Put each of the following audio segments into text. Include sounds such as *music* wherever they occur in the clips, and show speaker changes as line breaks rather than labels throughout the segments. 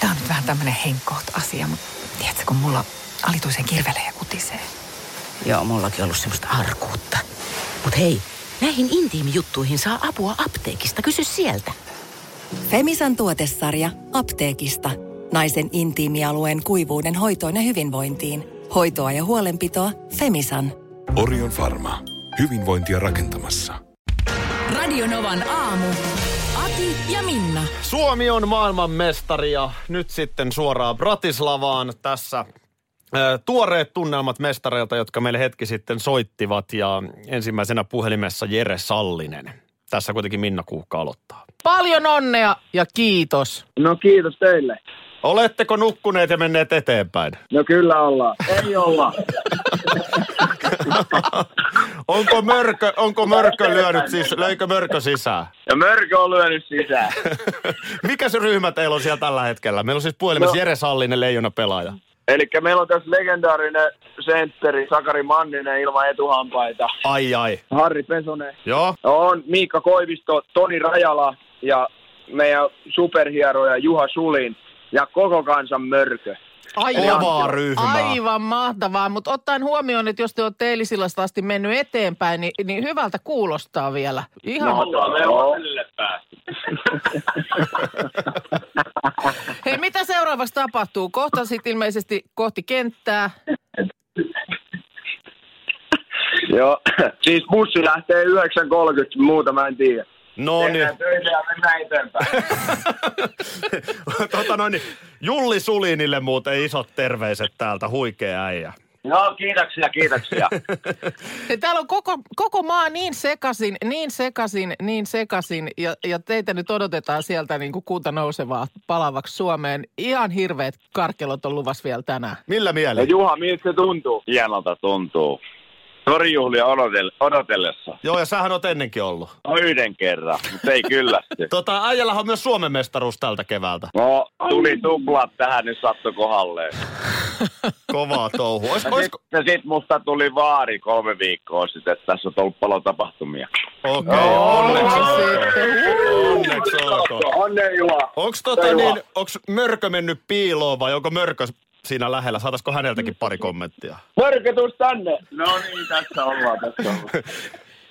Tämä on nyt vähän tämmöinen henkkoht asia, mutta tiedätkö, kun mulla alituisen kirvelee ja kutisee.
Joo, mullakin ollut semmoista arkuutta. Mut hei, näihin intiimijuttuihin saa apua apteekista. Kysy sieltä.
Femisan tuotesarja apteekista. Naisen intiimialueen kuivuuden hoitoon ja hyvinvointiin. Hoitoa ja huolenpitoa Femisan.
Orion Pharma. Hyvinvointia rakentamassa.
Radionovan aamu. Ati ja Minna.
Suomi on maailmanmestari ja nyt sitten suoraan Bratislavaan tässä ö, tuoreet tunnelmat mestareilta, jotka meille hetki sitten soittivat ja ensimmäisenä puhelimessa Jere Sallinen. Tässä kuitenkin Minna Kuukka aloittaa.
Paljon onnea ja kiitos.
No kiitos teille.
Oletteko nukkuneet ja menneet eteenpäin?
No kyllä ollaan. *laughs* Ei olla.
Onko mörkö, onko mörkö lyönyt siis, löikö mörkö sisään?
Ja mörkö on lyönyt sisään.
Mikä se ryhmä teillä on siellä tällä hetkellä? Meillä on siis puhelimessa
No.
Jere Sallinen, leijona pelaaja.
Eli meillä on tässä legendaarinen sentteri Sakari Manninen ilman etuhampaita.
Ai ai.
Harri Pesonen.
Joo.
On Miikka Koivisto, Toni Rajala ja meidän superhieroja Juha Sulin ja koko kansan mörkö.
Aivan,
Kovaa ryhmää.
aivan mahtavaa, mutta ottaen huomioon, että jos te olette eilisillasta asti mennyt eteenpäin, niin, niin hyvältä kuulostaa vielä.
No,
Ihan,
Joo.
Hei, mitä seuraavaksi tapahtuu? Kohta sitten ilmeisesti kohti kenttää.
Joo. *clears throat* Siis bussi lähtee 9.30, muuta mä en tiedä.
No niin.
Tehdään töitä ja mennään *laughs* eteenpäin.
*laughs* tota noin, niin, Julli Sulinille muuten isot terveiset täältä, huikea äijä.
Joo, kiitoksia, kiitoksia.
Ja Täällä on koko, koko maa niin sekasin, niin sekasin, niin sekasin ja, ja teitä nyt odotetaan sieltä niin kuin kuuta nousevaa palavaksi Suomeen. Ihan hirveät karkelot on luvassa vielä tänään.
Millä
No
mielellä?
Juha, miltä se tuntuu?
hienolta tuntuu. Torijuhlia odotel- odotellessa.
Joo, ja sähän oot ennenkin ollut.
No yhden kerran, mutta ei
*laughs*
kyllästy.
Tota, äijällähän on myös Suomen mestaruus tältä keväältä.
No, tuli tuplat tähän, nyt sattu kohdalleen.
Kovaa touhu. Ois,
Ja
ois,
sitten sit musta tuli vaari kolme viikkoa sitten, että tässä on ollut paljon tapahtumia.
Okei, okay,
No,
onneksi olkoon. Onneksi olkoon.
Onne Juha.
Onks tota niin, onks mörkö mennyt piiloon vai onko mörkö siinä lähellä? Saataisiko häneltäkin pari kommenttia?
Mörkö, tuus tänne. No niin, tässä ollaan, tässä ollaan.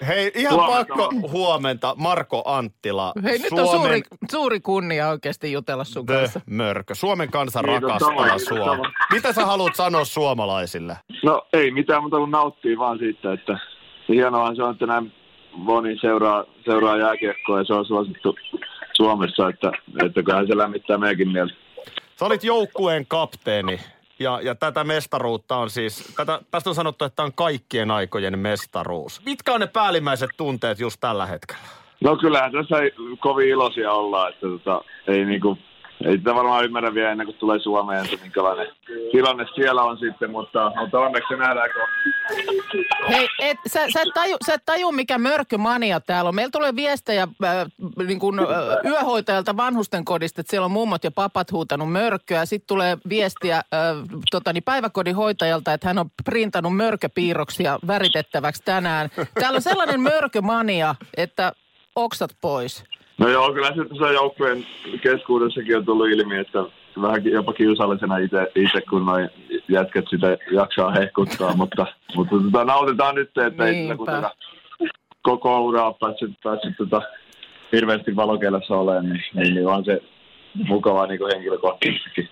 Hei, ihan
Huomenta.
pakko huomenta Marko Anttila.
Hei, nyt on suuri, suuri kunnia oikeasti jutella sun kanssa.
The Mörkö. Suomen kansa
Kiitos
rakastaa
samoin, kiitos
sua.
samoin.
Mitä sä haluat sanoa suomalaisille?
No ei mitään muuta kuin nauttii vaan siitä, että hienoa se on, että näin moni seuraa, seuraa jääkiekkoa ja se on suosittu Suomessa, että, että kyllähän se lämmittää meidänkin mieltä.
Sä olit joukkueen kapteeni. Ja, ja tätä mestaruutta on siis, tätä, tästä on sanottu, että tämä on kaikkien aikojen mestaruus. Mitkä on ne päällimmäiset tunteet just tällä hetkellä?
No kyllähän tässä ei kovin iloisia ollaan, että tota, ei niinku, ei sitä varmaan ymmärrä vielä ennen kuin tulee Suomeen, että minkälainen tilanne siellä on sitten, mutta, mutta onneksi se nähdään kohta.
Hei, et, sä, sä, et taju, sä et taju, mikä mörkömania täällä on. Meillä tulee viestejä äh, niin kuin, äh, yöhoitajalta vanhusten kodista, että siellä on mummot ja papat huutanut mörköä. Sitten tulee viestiä äh, tota, niin päiväkodin hoitajalta, että hän on printannut mörköpiirroksia väritettäväksi tänään. Täällä on sellainen mörkömania, että oksat pois.
No joo, kyllä se tässä joukkueen keskuudessakin on tullut ilmi, että vähän ki- jopa kiusallisena itse, kun noin jätkät sitä jaksaa hehkuttaa, mutta, mutta tota, nautitaan nyt, että ei
Niinpä.
sitä kuitenkaan koko uraa päässyt, päässyt tota, hirveästi valokeilassa olemaan, niin, niin, niin on se mukavaa niin henkilökohtaisestikin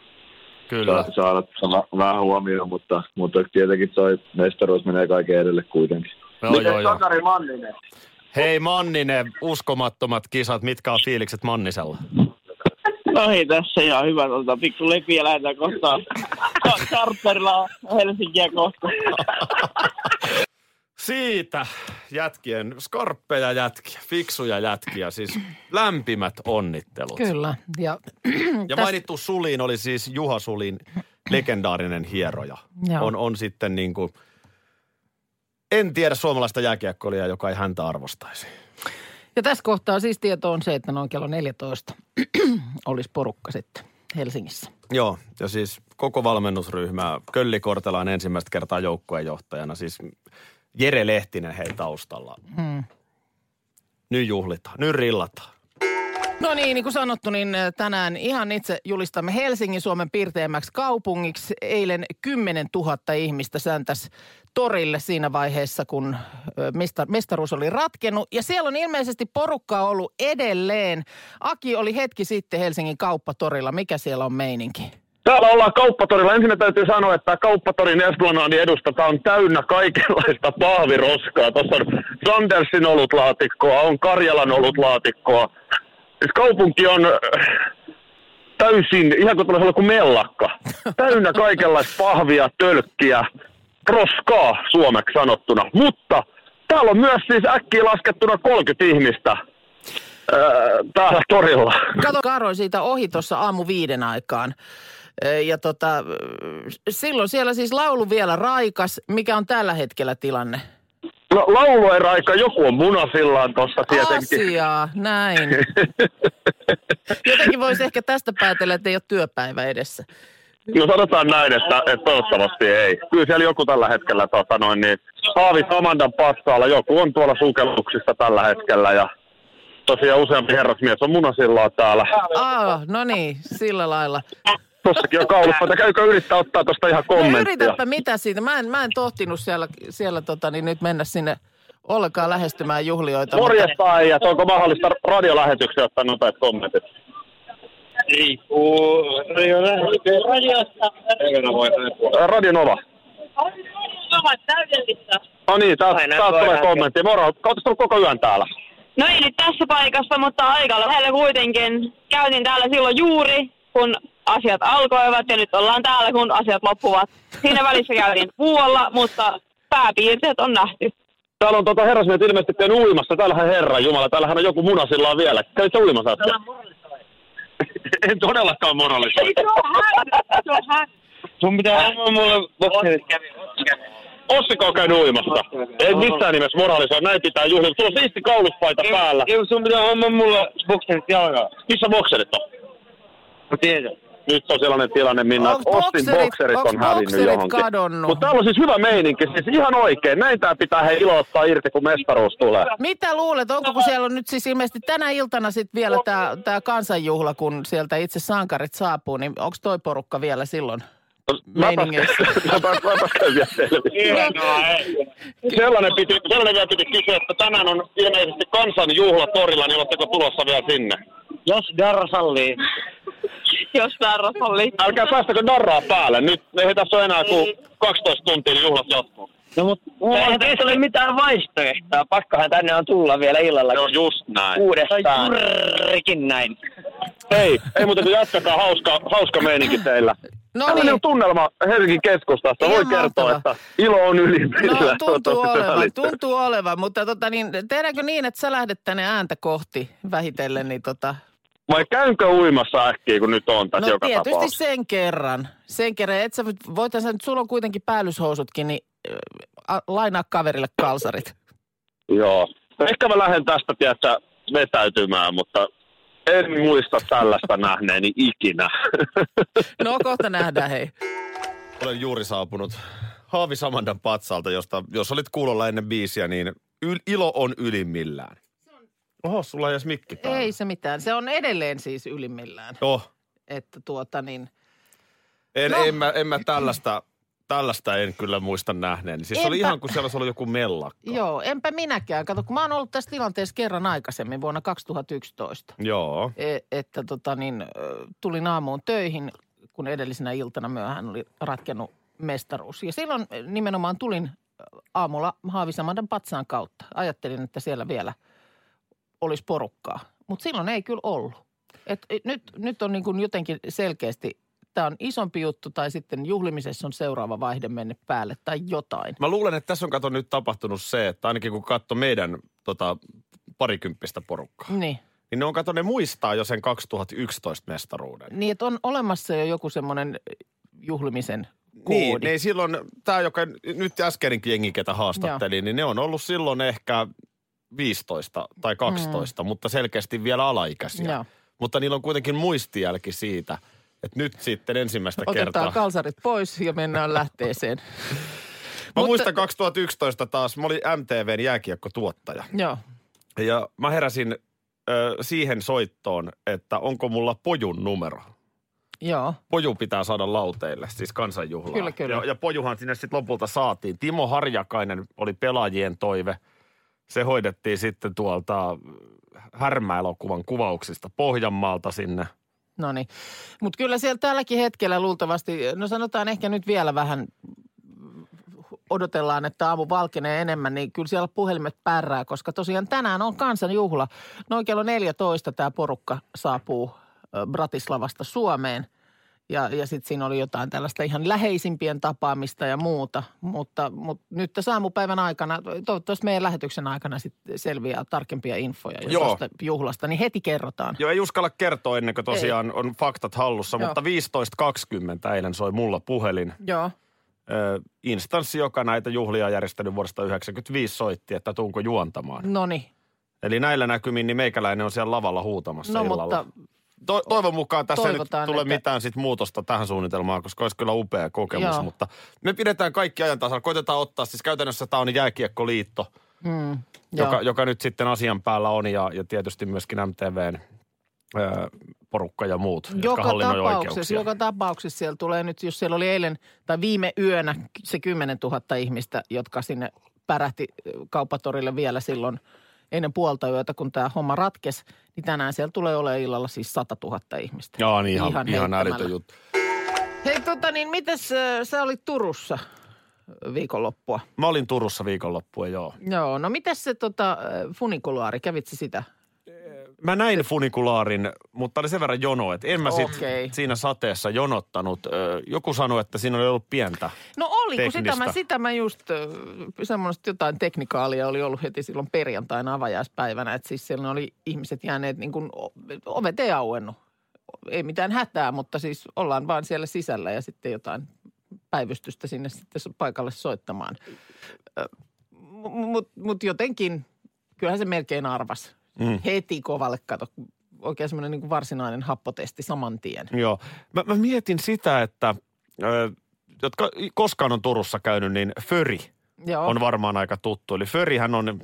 Kyllä.
sa- saada sa- vähän huomioon, mutta, mutta tietenkin toi mestaruus menee kaiken edelle kuitenkin.
No Joo, joo, joo.
Manninen?
Hei Manninen, uskomattomat kisat. Mitkä on fiilikset Mannisella?
No ei tässä ihan hyvä, tota, pikku lepiä lähdetään kohtaan. Ka- Charterilla Helsinkiä kohtaan.
Siitä jätkien, skarppeja jätkiä, fiksuja jätkiä, siis lämpimät onnittelut.
Kyllä. Ja,
Ja
tästä-
mainittu Suliin oli siis Juha Sulin legendaarinen hieroja.
Joo.
On, on sitten niin kuin, en tiedä suomalaista jääkiekkoilijaa, joka ei häntä arvostaisi.
Ja tässä kohtaa siis tieto on se, että noin kello 14 *clears throat* olisi porukka sitten Helsingissä.
Joo, ja siis koko valmennusryhmä, Kölli Kortela on ensimmäistä kertaa joukkueen johtajana, siis Jere Lehtinen hei taustalla. Hmm. Nyt juhlitaan, nyt rillataan.
No niin, niin kuin sanottu, niin tänään ihan itse julistamme Helsingin Suomen piirteimmäksi kaupungiksi. Eilen 10 000 ihmistä säntäs torille siinä vaiheessa, kun ö, mesta- mestaruus oli ratkenut. Ja siellä on ilmeisesti porukkaa ollut edelleen. Aki oli hetki sitten Helsingin kauppatorilla. Mikä siellä on meininki?
Täällä ollaan kauppatorilla. Ensin täytyy sanoa, että kauppatorin esplanadi edusta tää on täynnä kaikenlaista pahviroskaa. Tuossa on Sandersin olutlaatikkoa, on Karjalan olutlaatikkoa. Siis kaupunki on äh, täysin, ihan kuin tuollaisella kuin mellakka. Täynnä kaikenlaista pahvia, tölkkiä, roskaa suomeksi sanottuna. Mutta täällä on myös siis äkkiä laskettuna 30 ihmistä äh, täällä torilla.
Kato, Kaaroin siitä ohi tuossa aamu viiden aikaan. Ö, Ja tota, ö, silloin siellä siis laulu vielä raikas. Mikä on tällä hetkellä tilanne?
La- lauluera aika, joku on munasillaan tuossa
Ah,
tietenkin.
Asiaa,
*laughs*
näin. Jotenkin voisi ehkä tästä päätellä, että ei ole työpäivä edessä.
No sanotaan näin, että, että toivottavasti ei. Kyllä siellä joku tällä hetkellä tota noin, niin Haavi Samandan pastaalla, joku on tuolla sukelluksissa tällä hetkellä ja tosiaan useampi herrasmies on munasillaan täällä.
Aa, no niin, sillä lailla.
Tossakin on kauluppa, että käykö yrittää ottaa tuosta ihan
No
kommenttia.
yritäpä mitä siitä. Mä en, mä en tohtinut siellä, siellä tota, niin nyt mennä sinne ollenkaan lähestymään juhlioita. mutta-
Morjesta äijät, onko mahdollista radiolähetyksiä ottaa nopeat kommentit?
Ei, kuulu. Radio radiosta.
Ää, Radio Nova.
ovat täydellistä.
No niin, täältä
Aina
täältä tulee
voidaan
kommentti. Moro, ootko tullut koko yön täällä?
No ei nyt tässä paikassa, mutta aika lähellä kuitenkin. Käytin täällä silloin juuri, kun asiat alkoivat ja nyt ollaan täällä, kun asiat loppuvat. Siinä välissä käytiin puualla, mutta pääpiirteet on nähty.
Täällä on tuota herrasmiehet ilmeisesti tehnyt uimassa. Täällähän herra Jumala, täällähän on joku munasillaan vielä. Käy se uimassa äsken? *laughs* En todellakaan moralisoi. Sun pitää antaa mulle Ossiko on käynyt uimassa? Ei missään nimessä moralisoi, näin pitää juhlia. Sulla on siisti kauluspaita päällä. Joo, sun pitää homma mulla bokserit jalkaa. Missä bokserit on? No tiedä. Nyt on sellainen tilanne, Minna,
Onks
että Ossin
bokserit-
bokserit
onks
on hävinnyt
bokserit
johonkin.
kadonnut?
Mutta täällä on siis hyvä meininki, siis ihan oikein. Näin tää pitää he iloittaa irti, kun mestaruus tulee.
Mitä luulet, onko kun siellä on nyt siis ilmeisesti tänä iltana sitten vielä tämä tää kansanjuhla, kun sieltä itse sankarit saapuu, niin onko toi porukka vielä silloin
No, *laughs*
meiningeissä?
Mäpäs mäpäs käyn vielä selvittää. Sellainen piti, sellainen vielä piti kysyä, että tänään on ilmeisesti kansanjuhla torilla, niin oletteko tulossa vielä sinne? Jos darra sallii.
Jos tarra oli.
Älkää päästäkö darraa päälle, nyt ei tässä ole enää kuin 12 tuntia, niin juhlat jatkuu.
No mut eihän tässä ole mitään vaihtoehtoa. Pakkohan tänne on tulla vielä illalla.
No just näin.
Uudestaan. Jurrikin näin.
Ei, ei muuta kuin jatketaan hauska, hauska meininki teillä.
No
Tällainen on niinku tunnelma Helsingin keskustasta. Voi
Ihan
kertoa,
mahtava.
että ilo on ylimpillä.
No tuntuu olevan, tuntuu olevan, mutta tota niin, tehdäänkö niin, että sä lähdet tänne ääntä kohti vähitellen, niin tota,
Vai käynkö uimassa äkkiä, kun nyt on tässä
no
joka
tietysti
tapauksessa?
sen kerran, sen kerran, et sä, voithan sä nyt, sulla on kuitenkin päällyshousutkin, niin äh, a- lainaa kaverille kalsarit.
Joo. Ehkä mä lähden tästä, tiedätkö, vetäytymään, mutta en muista tällaista nähneeni ikinä. *laughs*
No kohta nähdään hei.
Olen juuri saapunut Haavi Samandan patsalta, josta, jos olit kuulolla ennen biisiä, niin yl, ilo on ylimmillään. Oho, sulla ei edes mikki päällä.
Ei se mitään, se on edelleen siis ylimmillään.
Joo,
että tuota niin,
en,
No.
no. en, mä, en mä tällaista, tällaista en kyllä muista nähneeni. Siis se oli
Enpä-
ihan kuin siellä olisi ollut joku mella.
joo, enpä minäkään. Kato, kun mä oon ollut tässä tilanteessa kerran aikaisemmin vuonna 2011,
Joo.
e- että tota niin, ö, tulin aamuun töihin, kun edellisenä iltana myöhään oli ratkennut mestaruus. Ja silloin ö, nimenomaan tulin ö, aamulla Haavisamandan patsaan kautta. Ajattelin, että siellä vielä olisi porukkaa, mutta silloin ei kyllä ollut. Et e, nyt, nyt on niin kuin jotenkin selkeästi, tämä on isompi juttu tai sitten juhlimisessa on seuraava vaihde mennyt päälle tai jotain.
Mä luulen, että tässä on kato nyt tapahtunut se, että ainakin kun katso meidän tota, parikymppistä porukkaa,
Niin.
niin ne on kato, ne muistaa jo sen 2011 mestaruuden.
Niin, että on olemassa jo joku semmoinen juhlimisen
Niin,
koodi.
ne ei silloin, tämä joka nyt äskeinenkin jengi, ketä haastattelin, niin ne on ollut silloin ehkä 15 tai 12, mm. mutta selkeästi vielä alaikäisiä.
Joo.
Mutta niillä on kuitenkin muistijälki siitä, että nyt sitten ensimmäistä
Otetaan
kertaa.
kalsarit pois ja mennään lähteeseen.
mä muistan 2011 taas, mä olin MTVn jääkiekkotuottaja.
Joo.
Ja mä heräsin ö, siihen soittoon, että onko mulla pojun numero.
Joo.
Poju pitää saada lauteille, siis kansanjuhlaan.
Kyllä, kyllä.
Ja, ja pojuhan sinne sitten lopulta saatiin. Timo Harjakainen oli pelaajien toive. Se hoidettiin sitten tuolta Härmäelokuvan kuvauksista Pohjanmaalta sinne.
No niin. Mutta kyllä siellä tälläkin hetkellä luultavasti, no sanotaan ehkä nyt vielä vähän odotellaan, että aamu valkenee enemmän, niin kyllä siellä puhelimet pärrää, koska tosiaan tänään on kansanjuhla. Noin kello 14 tämä porukka saapuu ö, Bratislavasta Suomeen. Ja, ja sitten siinä oli jotain tällaista ihan läheisimpien tapaamista ja muuta. Mutta, mutta nyt tässä aamupäivän aikana, toivottavasti meidän lähetyksen aikana sit selviää tarkempia infoja jo
Joo.
tuosta juhlasta, niin heti kerrotaan.
Joo, ei uskalla kertoa ennen kuin tosiaan ei. on faktat hallussa,
Joo.
mutta 15.20 eilen soi mulla puhelin.
Joo.
Ö, instanssi, joka näitä juhlia on järjestänyt vuodesta 1995, soitti, että tuunko juontamaan.
No niin.
Eli näillä näkymin niin meikäläinen on siellä lavalla huutamassa
No
illalla.
mutta
To- toivon mukaan tässä nyt
Toivotaan,
tulee
että-
mitään sit muutosta tähän suunnitelmaan, koska olisi kyllä upea kokemus.
Joo.
Joo. Mutta me pidetään kaikki ajan tasalla. Koitetaan ottaa, siis käytännössä tämä on jääkiekkoliitto,
Mm,
joka,
joo.
joka nyt sitten asian päällä on ja, ja tietysti myöskin MTVn ö, porukka ja muut, jotka hallinnoi
tapauksessa,
oikeuksia.
joka tapauksessa siellä tulee nyt, jos siellä oli eilen tai viime yönä se 10 000 ihmistä, jotka sinne pärähti ö, kauppatorille vielä silloin ennen puolta yötä, kun tämä homma ratkesi, niin tänään siellä tulee olemaan illalla siis 100 000 ihmistä.
Joo, niin ihan, ihan, ihan
heittämällä.
älytön juttu.
Hei tota niin, mitäs ö, sä olit Turussa viikonloppua?
Mä olin Turussa viikonloppua, joo.
Joo, no mitäs se tota, ö, funikulaari, kävitsi sitä?
Mä näin funikulaarin, mutta oli sen verran jono, että en mä sit
Okei.
siinä sateessa jonottanut. Ö, Joku sanoi, että siinä oli ollut pientä.
No oli, kun sitä
teknistä.
mä, sitä mä just, ö, semmoista jotain teknikaalia oli ollut heti silloin perjantaina avajaispäivänä, että siis siellä oli ihmiset jääneet niin kuin, o- ovet ei auennut. Ei mitään hätää, mutta siis ollaan vaan siellä sisällä ja sitten jotain päivystystä sinne sitten so- paikalle soittamaan. Mutta mut jotenkin, kyllähän se melkein arvas. Mm.
Mm.
Heti kovalle, kato, oikein semmoinen niin kuin varsinainen happotesti saman tien.
Joo. Mä, mä mietin sitä, että ö, jotka i- koskaan on Turussa käynyt, niin Föri
Joo.
on varmaan aika tuttu. Eli Förihän on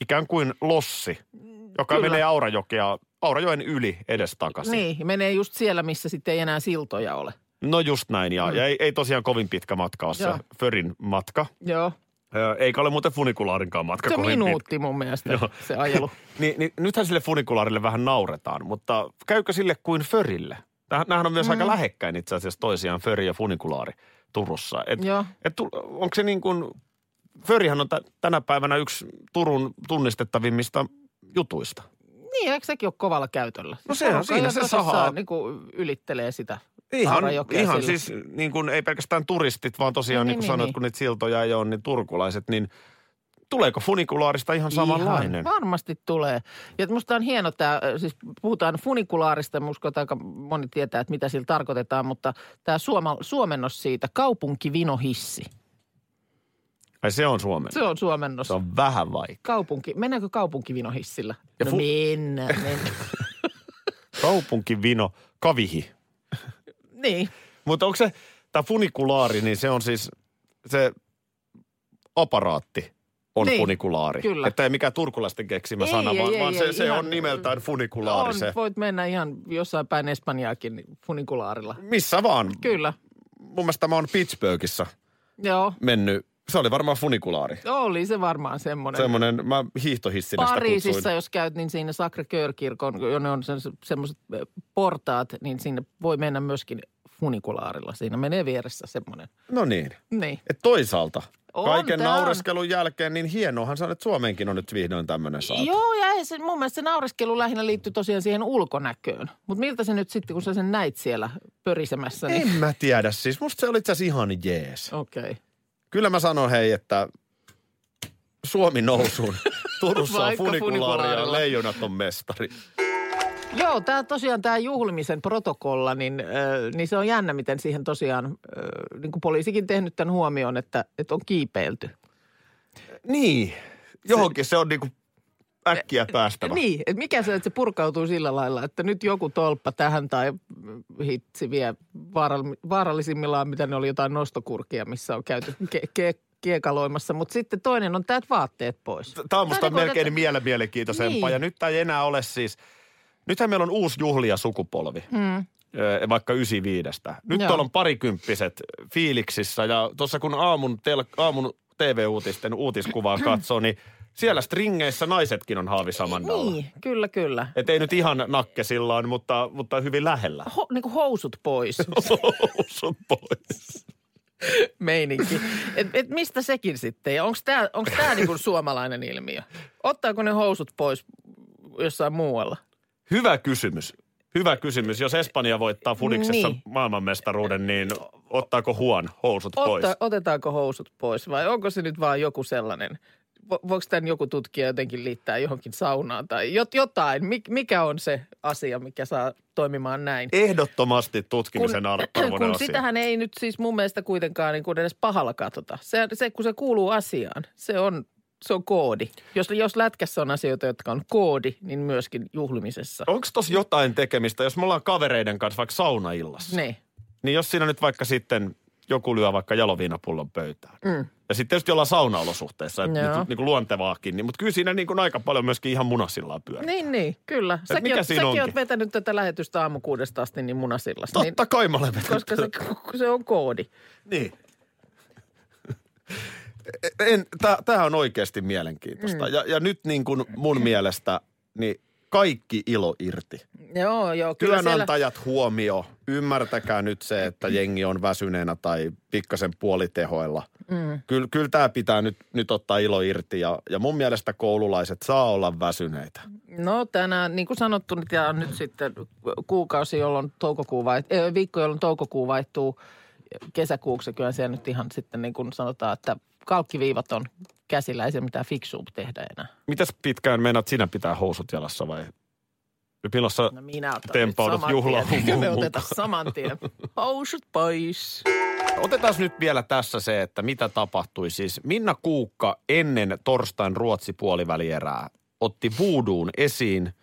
ikään kuin lossi, joka
Kyllä.
Kyllä. menee Aurajokea, Aurajoen yli edestakaisin.
Niin, ja menee just siellä, missä sitten ei enää siltoja ole.
No just näin, ja,
Mm.
ja ei, ei tosiaan kovin pitkä matka ole se
Joo.
Förin matka.
Joo.
Ö, Eikä ole muuten funikulaarinkaan matka
Se on
kovin pitkä.
minuutti mun mielestä
Joo.
se ajelu.
*laughs* Niin, niin nythän sille funikulaarille vähän nauretaan, mutta käykö sille kuin förille? Nämähän on myös mm. aika lähekkäin itse asiassa toisiaan, föri ja funikulaari Turussa. Et,
Joo.
et, tu- onko se niin kuin, förihän on t- tänä päivänä yksi Turun tunnistettavimmista jutuista.
Niin, eikö sekin ole kovalla käytöllä?
No se on
Porukka
siinä,
ihan
se
tosissaan
sahaa.
Niin kuin ylittelee sitä
Ihan,
Aurajokea
ihan
sillä.
siis niin kuin, ei pelkästään turistit, vaan tosiaan
No
no,
niin,
niin kuin
niin,
sanoit,
niin.
kun niitä siltoja ei ole, niin turkulaiset, niin tuleeko funikulaarista ihan No samanlainen?
Ihan, varmasti tulee. Ja musta on hieno tämä, siis puhutaan funikulaarista, mä uskon, että aika moni tietää, että mitä sillä tarkoitetaan, mutta tämä suoma, suomennos siitä, kaupunkivinohissi.
Ai se on Suomen.
Se on suomennos.
Se on vähän vaikea.
Kaupunki, mennäänkö kaupunkivinohissillä?
Ja
No
fu-
mennään,
*laughs*
mennään.
Kaupunkivino, kavihi.
niin,
Mutta onko se, tämä funikulaari, niin se on siis se aparaatti on
Niin,
niin, funikulaari.
kyllä.
Että ei mikään turkulaisten keksimä
Ei,
sana,
ei,
vaan,
ei,
vaan
ei,
se,
ei,
se
ihan-
on nimeltään funikulaari
on,
se.
voit mennä ihan jossain päin Espanjaakin niin funikulaarilla.
Missä vaan.
Kyllä,
Mun mielestä mä oon Pittsburghissa
joo.
mennyt. Se oli varmaan funikulaari.
Oli se varmaan semmoinen.
Semmoinen, mä hiihtohissinä sitä
Pariisissa,
kutsuin.
jos käyt, niin siinä Sacre Coeur-kirkon, jonne on semmoiset portaat, niin sinne voi mennä myöskin funikulaarilla. Siinä menee vieressä semmoinen.
No niin.
Niin.
Et toisaalta,
On,
kaiken
tää on.
naureskelun jälkeen, niin hienoahan se on, että Suomeenkin on nyt vihdoin tämmöinen saatu.
Joo, ja ei se, mun mielestä se naureskelu lähinnä liittyy tosiaan siihen ulkonäköön. Mutta miltä se nyt sitten, kun sä sen näit siellä pörisemässä, niin...
En mä tiedä, siis musta se oli itse asiassa ihan jees.
Okei. Okay.
Kyllä mä sanon hei, että Suomi nousuun. *laughs* Turussa on
Vaikka
funikulaari
funikulaarilla.
ja leijonat on mestari.
Joo, tämä tosiaan tämä juhlimisen protokolla, niin, äh, niin se on jännä, miten siihen tosiaan, äh, niin kuin poliisikin tehnyt tämän huomioon, että, että on kiipeilty.
Niin, johonkin se Eh, on niinku äkkiä päästävä.
Niin, että mikä se, että se purkautuu sillä lailla, että nyt joku tolppa tähän tai mm, hitsi vie vaaral- vaarallisimmillaan, mitä ne oli jotain nostokurkia, missä on käyty ke- ke- kiekaloimassa, mutta sitten toinen on täältä vaatteet pois.
Tämä on musta
Tää niinku
melkein
tätä-
mielen mielenkiintoisempaa.
Niin.
Ja nyt tämä ei enää ole siis, nythän meillä on uusi juhlia sukupolvi.
Mm.
Ö, vaikka 95. Nyt
Joo.
Joo. on parikymppiset fiiliksissä ja tuossa kun aamun, tel, aamun TV-uutisten uutiskuvaa katsoo, niin siellä stringeissä naisetkin on haavisamannalla. Niin.
Niin, kyllä, kyllä.
Et ei nyt ihan nakke silloin, mutta, mutta hyvin lähellä. *laughs*
Ho, niin kuin housut pois.
Housut pois.
Meininki. Et, et mistä sekin sitten? Ja onko tämä onks tää niinku suomalainen ilmiö? Ottaako ne housut pois jossain muualla?
Hyvä kysymys. Hyvä kysymys. Jos Espanja voittaa Fudiksessa
Niin.
niin. maailmanmestaruuden, niin ottaako huon housut pois?
Otta, otetaanko housut pois vai onko se nyt vaan joku sellainen? Vo, voiko tämän joku tutkija jotenkin liittää johonkin saunaan tai jot, jotain? Mik, mikä on se asia, mikä saa toimimaan näin?
Ehdottomasti tutkimisen ar-
*clears throat*
arvoinen
kun
asia.
sitähän ei nyt siis mun mielestä kuitenkaan niin kuin edes pahalla katsota. Se, se, kun se kuuluu asiaan, se on, se on koodi. Jos, jos lätkässä on asioita, jotka on koodi, niin myöskin juhlimisessa.
Onko tossa jotain tekemistä, jos me ollaan kavereiden kanssa vaikka saunaillassa?
Niin.
Niin jos siinä nyt vaikka sitten joku lyö vaikka jaloviinapullon pöytään.
Mm.
Ja sitten tietysti ollaan saunaolosuhteissa, että
Joo.
nyt niin kuin luontevaakin, niin, mutta kyllä siinä niin kuin aika paljon myöskin ihan munasillaan pyörii.
Niin, niin, kyllä. Säkin,
mikä
oot,
siinä
säkin
onkin?
oot vetänyt tätä lähetystä aamu kuudesta asti niin munasillasta.
Totta
niin,
kai mä olen
*laughs* Koska se, se on koodi.
Niin. E, En, tää, tämähän on oikeasti mielenkiintoista. Mm. Ja, ja nyt niin kuin mun mielestä, niin kaikki ilo irti.
Joo, joo. Kyllä siellä,
Työnantajat huomio, ymmärtäkää nyt se, että jengi on väsyneenä tai pikkasen puolitehoilla.
mm,
Kyllä, kyllä tämä pitää nyt, nyt ottaa ilo irti ja, ja mun mielestä koululaiset saa olla väsyneitä.
no tänään, niin kuin sanottu, niin tämä on nyt sitten kuukausi, jolloin toukokuu vaihtuu, äh, viikko, jolloin toukokuu vaihtuu kesäkuuksi. Kyllä se nyt ihan sitten niin kuin sanotaan, että kalkkiviivat on käsillä, ei se mitään fiksumpi tehdä enää.
Mitäs pitkään meinaat sinä pitää housut jalassa vai? Milloin sä
No minä otan
Tempaudut
nyt saman
juhlaa
tien.
mukaan.
*laughs* Me otetaan saman tien. Housut pois.
Otetaan nyt vielä tässä se, että mitä tapahtui. Siis Minna Kuukka ennen torstain Ruotsi puolivälierää otti vooduun esiin.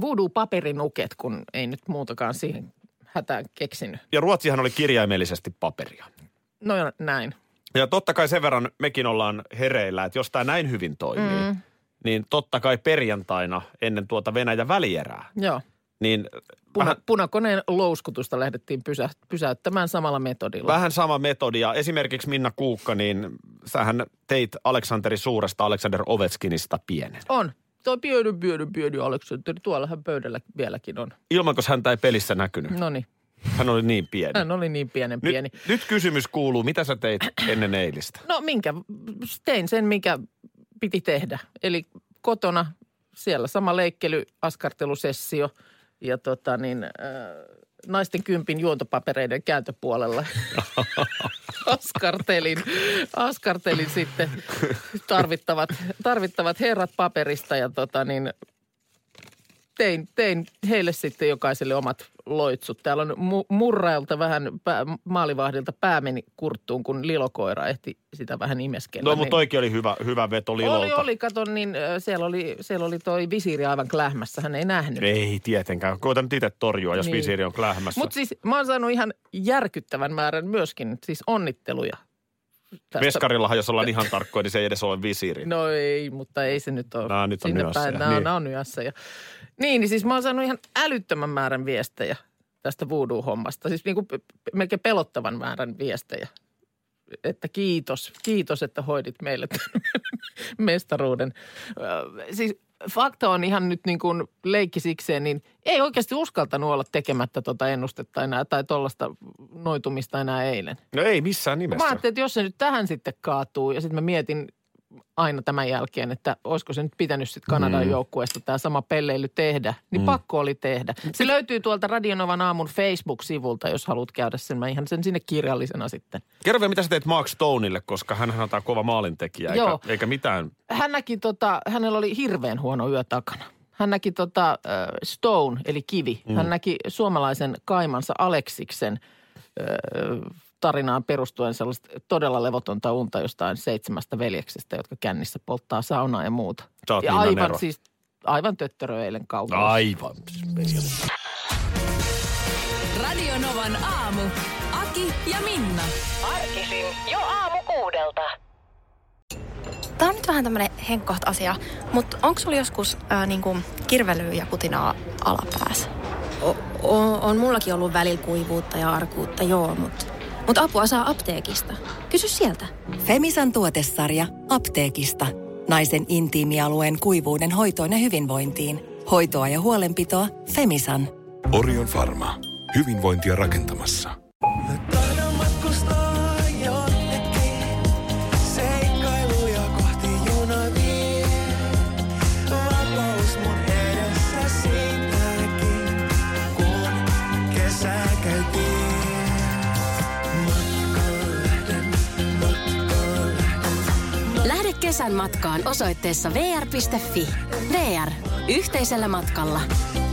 Voodoo paperinuket, kun ei nyt muutakaan siihen hätään keksinyt.
Ja Ruotsihan oli kirjaimellisesti paperia.
No näin.
Ja totta kai sen verran mekin ollaan hereillä, että jos tämä näin hyvin toimii, mm. niin totta kai perjantaina ennen tuota Venäjän välierää,
Joo.
niin
Puna,
vähän,
punakoneen louskutusta lähdettiin pysä, pysäyttämään samalla metodilla.
vähän sama metodi. Ja esimerkiksi Minna Kuukka, niin sähän teit Aleksanteri Suuresta Aleksander Ovechkinista pienen.
On. Tuo pieni, pieni, pieni Aleksanteri. Tuollahan pöydällä vieläkin on.
Ilman, koska häntä ei pelissä näkynyt.
No niin.
Hän oli niin pieni.
Hän oli niin pienen
Nyt,
pieni.
nyt kysymys kuuluu, mitä sä teit ennen eilistä?
No minkä? Tein sen, mikä piti tehdä. Eli kotona siellä sama leikkely, askartelusessio ja tota niin, äh, naisten kympin juontopapereiden kääntöpuolella. askartelin, askartelin sitten tarvittavat, tarvittavat herrat paperista ja tota niin, tein, tein heille sitten jokaiselle omat loitsut. Täällä on mu- murrailta vähän pää, maalivahdilta pää meni kurttuun, kun lilokoira ehti sitä vähän imeskellä. Niin
No, mutta toikin oli hyvä, hyvä veto Lilolta.
oli, oli, kato, niin ö, siellä oli, siellä oli toi visiiri aivan klähmässä, hän ei nähnyt.
Ei tietenkään. Koita nyt itse torjua, jos
Niin.
niin. visiiri on klähmässä.
Mutta siis mä oon saanut ihan järkyttävän määrän myöskin, siis onnitteluja. tästä.
Veskarillahan, jos ollaan ihan tarkkoja, niin se ei edes ole visiiri.
No ei, mutta ei se nyt ole.
Nää nyt on nyansseja,
Nämä
niin.
niin. on nyansseja. Niin, niin siis mä oon saanut ihan älyttömän määrän viestejä tästä voodoo-hommasta. Siis niin kuin pe- pe- melkein pelottavan määrän viestejä. Että kiitos, kiitos, että hoidit meille tämän *laughs* mestaruuden. Ö, Siis fakta on ihan nyt niin kuin leikki sikseen, niin ei oikeasti uskaltanut olla tekemättä tuota ennustetta enää tai tuollaista noitumista enää eilen.
No ei missään
Mä
nimessä.
ajattelin, että jos se nyt tähän sitten kaatuu ja sitten mä mietin aina tämän jälkeen, että olisiko se nyt pitänyt sitten Kanadan
Mm.
joukkueesta tämä sama pelleily tehdä, niin
Mm.
pakko oli tehdä. Se löytyy tuolta Radionovan aamun Facebook-sivulta, jos haluat käydä sen. Mä ihan sen sinne kirjallisena sitten.
Kerro vielä, mitä sä teit Mark Stoneille, koska hän on tää kova maalintekijä, eikä,
Joo.
eikä mitään.
Hän näki tota, hänellä oli hirveän huono yö takana. Hän näki tota, äh, Stone, eli kivi. Mm. Hän näki suomalaisen kaimansa Aleksiksen äh, tarinaan perustuen sellaista todella levotonta unta jostain seitsemästä veljeksestä, jotka kännissä polttaa saunaa ja muuta.
Sä oot
ja
Niina
aivan
Nero.
siis, aivan töttörö eilen kaukana.
Aivan.
Radio Novan aamu. Aki ja Minna. Arkisin jo aamukuudelta.
kuudelta.
Tämä on nyt vähän tämmöinen henkkohta asia, mutta onko sulla joskus ää, niinku kirvelyä ja kutinaa alapäässä?
O- on mullakin ollut välillä kuivuutta ja arkuutta, joo, mutta mut apua saa apteekista. Kysy sieltä.
Femisan tuotesarja apteekista. Naisen intiimialueen kuivuuden hoitoon ja hyvinvointiin. Hoitoa ja huolenpitoa Femisan.
Orion Pharma. Hyvinvointia rakentamassa.
Lähde kesän matkaan osoitteessa vr.fi. VR. Yhteisellä matkalla.